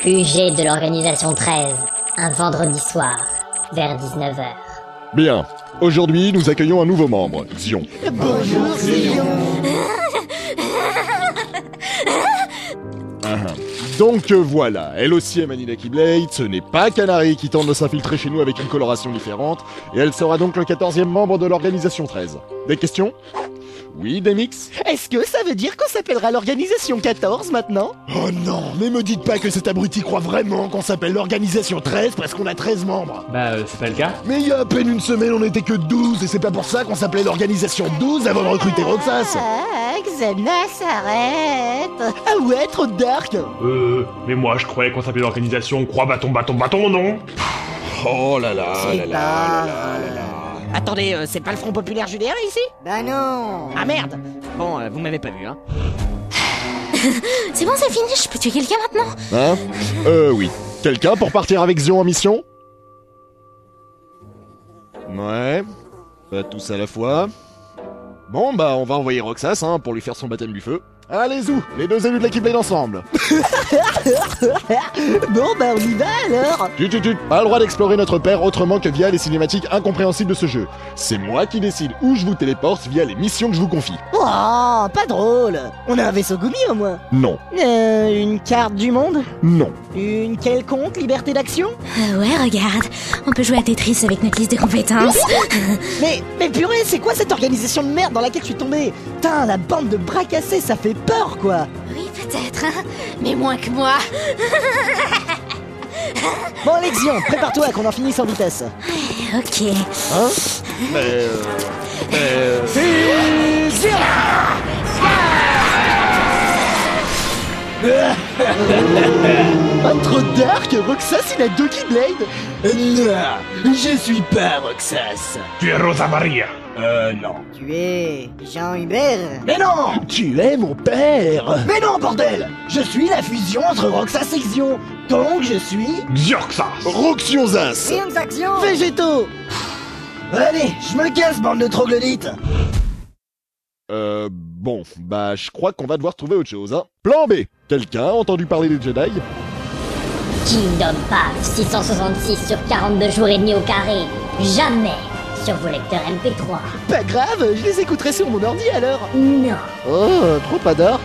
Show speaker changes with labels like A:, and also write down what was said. A: QG de l'organisation 13, un vendredi soir, vers 19h.
B: Bien. Aujourd'hui, nous accueillons un nouveau membre, Xion.
C: Bonjour Sion
B: Donc euh, voilà, elle aussi est Manila Keyblade, ce n'est pas Canary qui tente de s'infiltrer chez nous avec une coloration différente, et elle sera donc le 14e membre de l'organisation 13. Des questions Oui, des mix
C: Est-ce que ça veut dire qu'on s'appellera l'organisation 14 maintenant
D: Oh non, mais me dites pas que cet abruti croit vraiment qu'on s'appelle l'organisation 13 parce qu'on a 13 membres.
E: Bah, euh, c'est pas le cas.
D: Mais il y a à peine une semaine, on n'était que 12 et c'est pas pour ça qu'on s'appelait l'organisation 12 avant de recruter Roxas.
C: Ah, Xana s'arrête Ah ouais, trop dark
F: Euh, mais moi je croyais qu'on s'appelait l'organisation Croix Bâton Bâton Bâton, non
B: Oh là là
C: C'est
B: là là
C: pas-
B: là là là là.
G: Attendez, euh, c'est pas le Front Populaire Judéen ici
C: Bah non
G: Ah merde Bon, euh, vous m'avez pas vu, hein.
H: C'est bon, c'est fini, je peux tuer quelqu'un maintenant
B: Hein Euh oui. Quelqu'un pour partir avec Zion en mission Ouais. Pas tous à la fois. Bon bah on va envoyer Roxas hein, pour lui faire son baptême du feu. Allez-y, les deux élus de la Keyblade ensemble
C: Bon bah on y va alors
B: Tu tu tu pas le droit d'explorer notre père autrement que via les cinématiques incompréhensibles de ce jeu. C'est moi qui décide où je vous téléporte via les missions que je vous confie.
C: Oh, pas drôle On a un vaisseau Gumi au moins
B: Non,
C: Euh, une carte du monde
B: non,
C: Une quelconque liberté d'action
H: Euh, Ouais, regarde, on peut jouer à Tetris avec notre liste de compétences.
C: Mais, mais purée, c'est quoi cette organisation de merde dans laquelle je suis tombé Putain, la bande de bras cassés, ça fait peur quoi
H: Oui, peut-être, hein, mais moins que moi.
C: Bon, Lexion, prépare-toi qu'on en finisse en vitesse
H: Ok.
C: Oh, trop dark Roxas, il a deux Keyblades
D: Non, je suis pas Roxas.
F: Tu es Rosa Maria
D: Euh non.
C: Tu es Jean-Hubert
D: Mais non Tu es mon père Mais non, bordel Je suis la fusion entre Roxas et Xion. Donc je suis...
F: Xorxas
B: Roxionzas
C: Action Végétaux
D: Allez, je me casse, bande de troglodytes
B: Euh, bon, bah je crois qu'on va devoir trouver autre chose, hein. Plan B Quelqu'un a entendu parler des Jedi
A: Kingdom Path 666 sur 42 jours et demi au carré. Jamais sur vos lecteurs MP3.
C: Pas grave, je les écouterai sur mon ordi alors
A: Non.
B: Oh, Euh, trop pas dark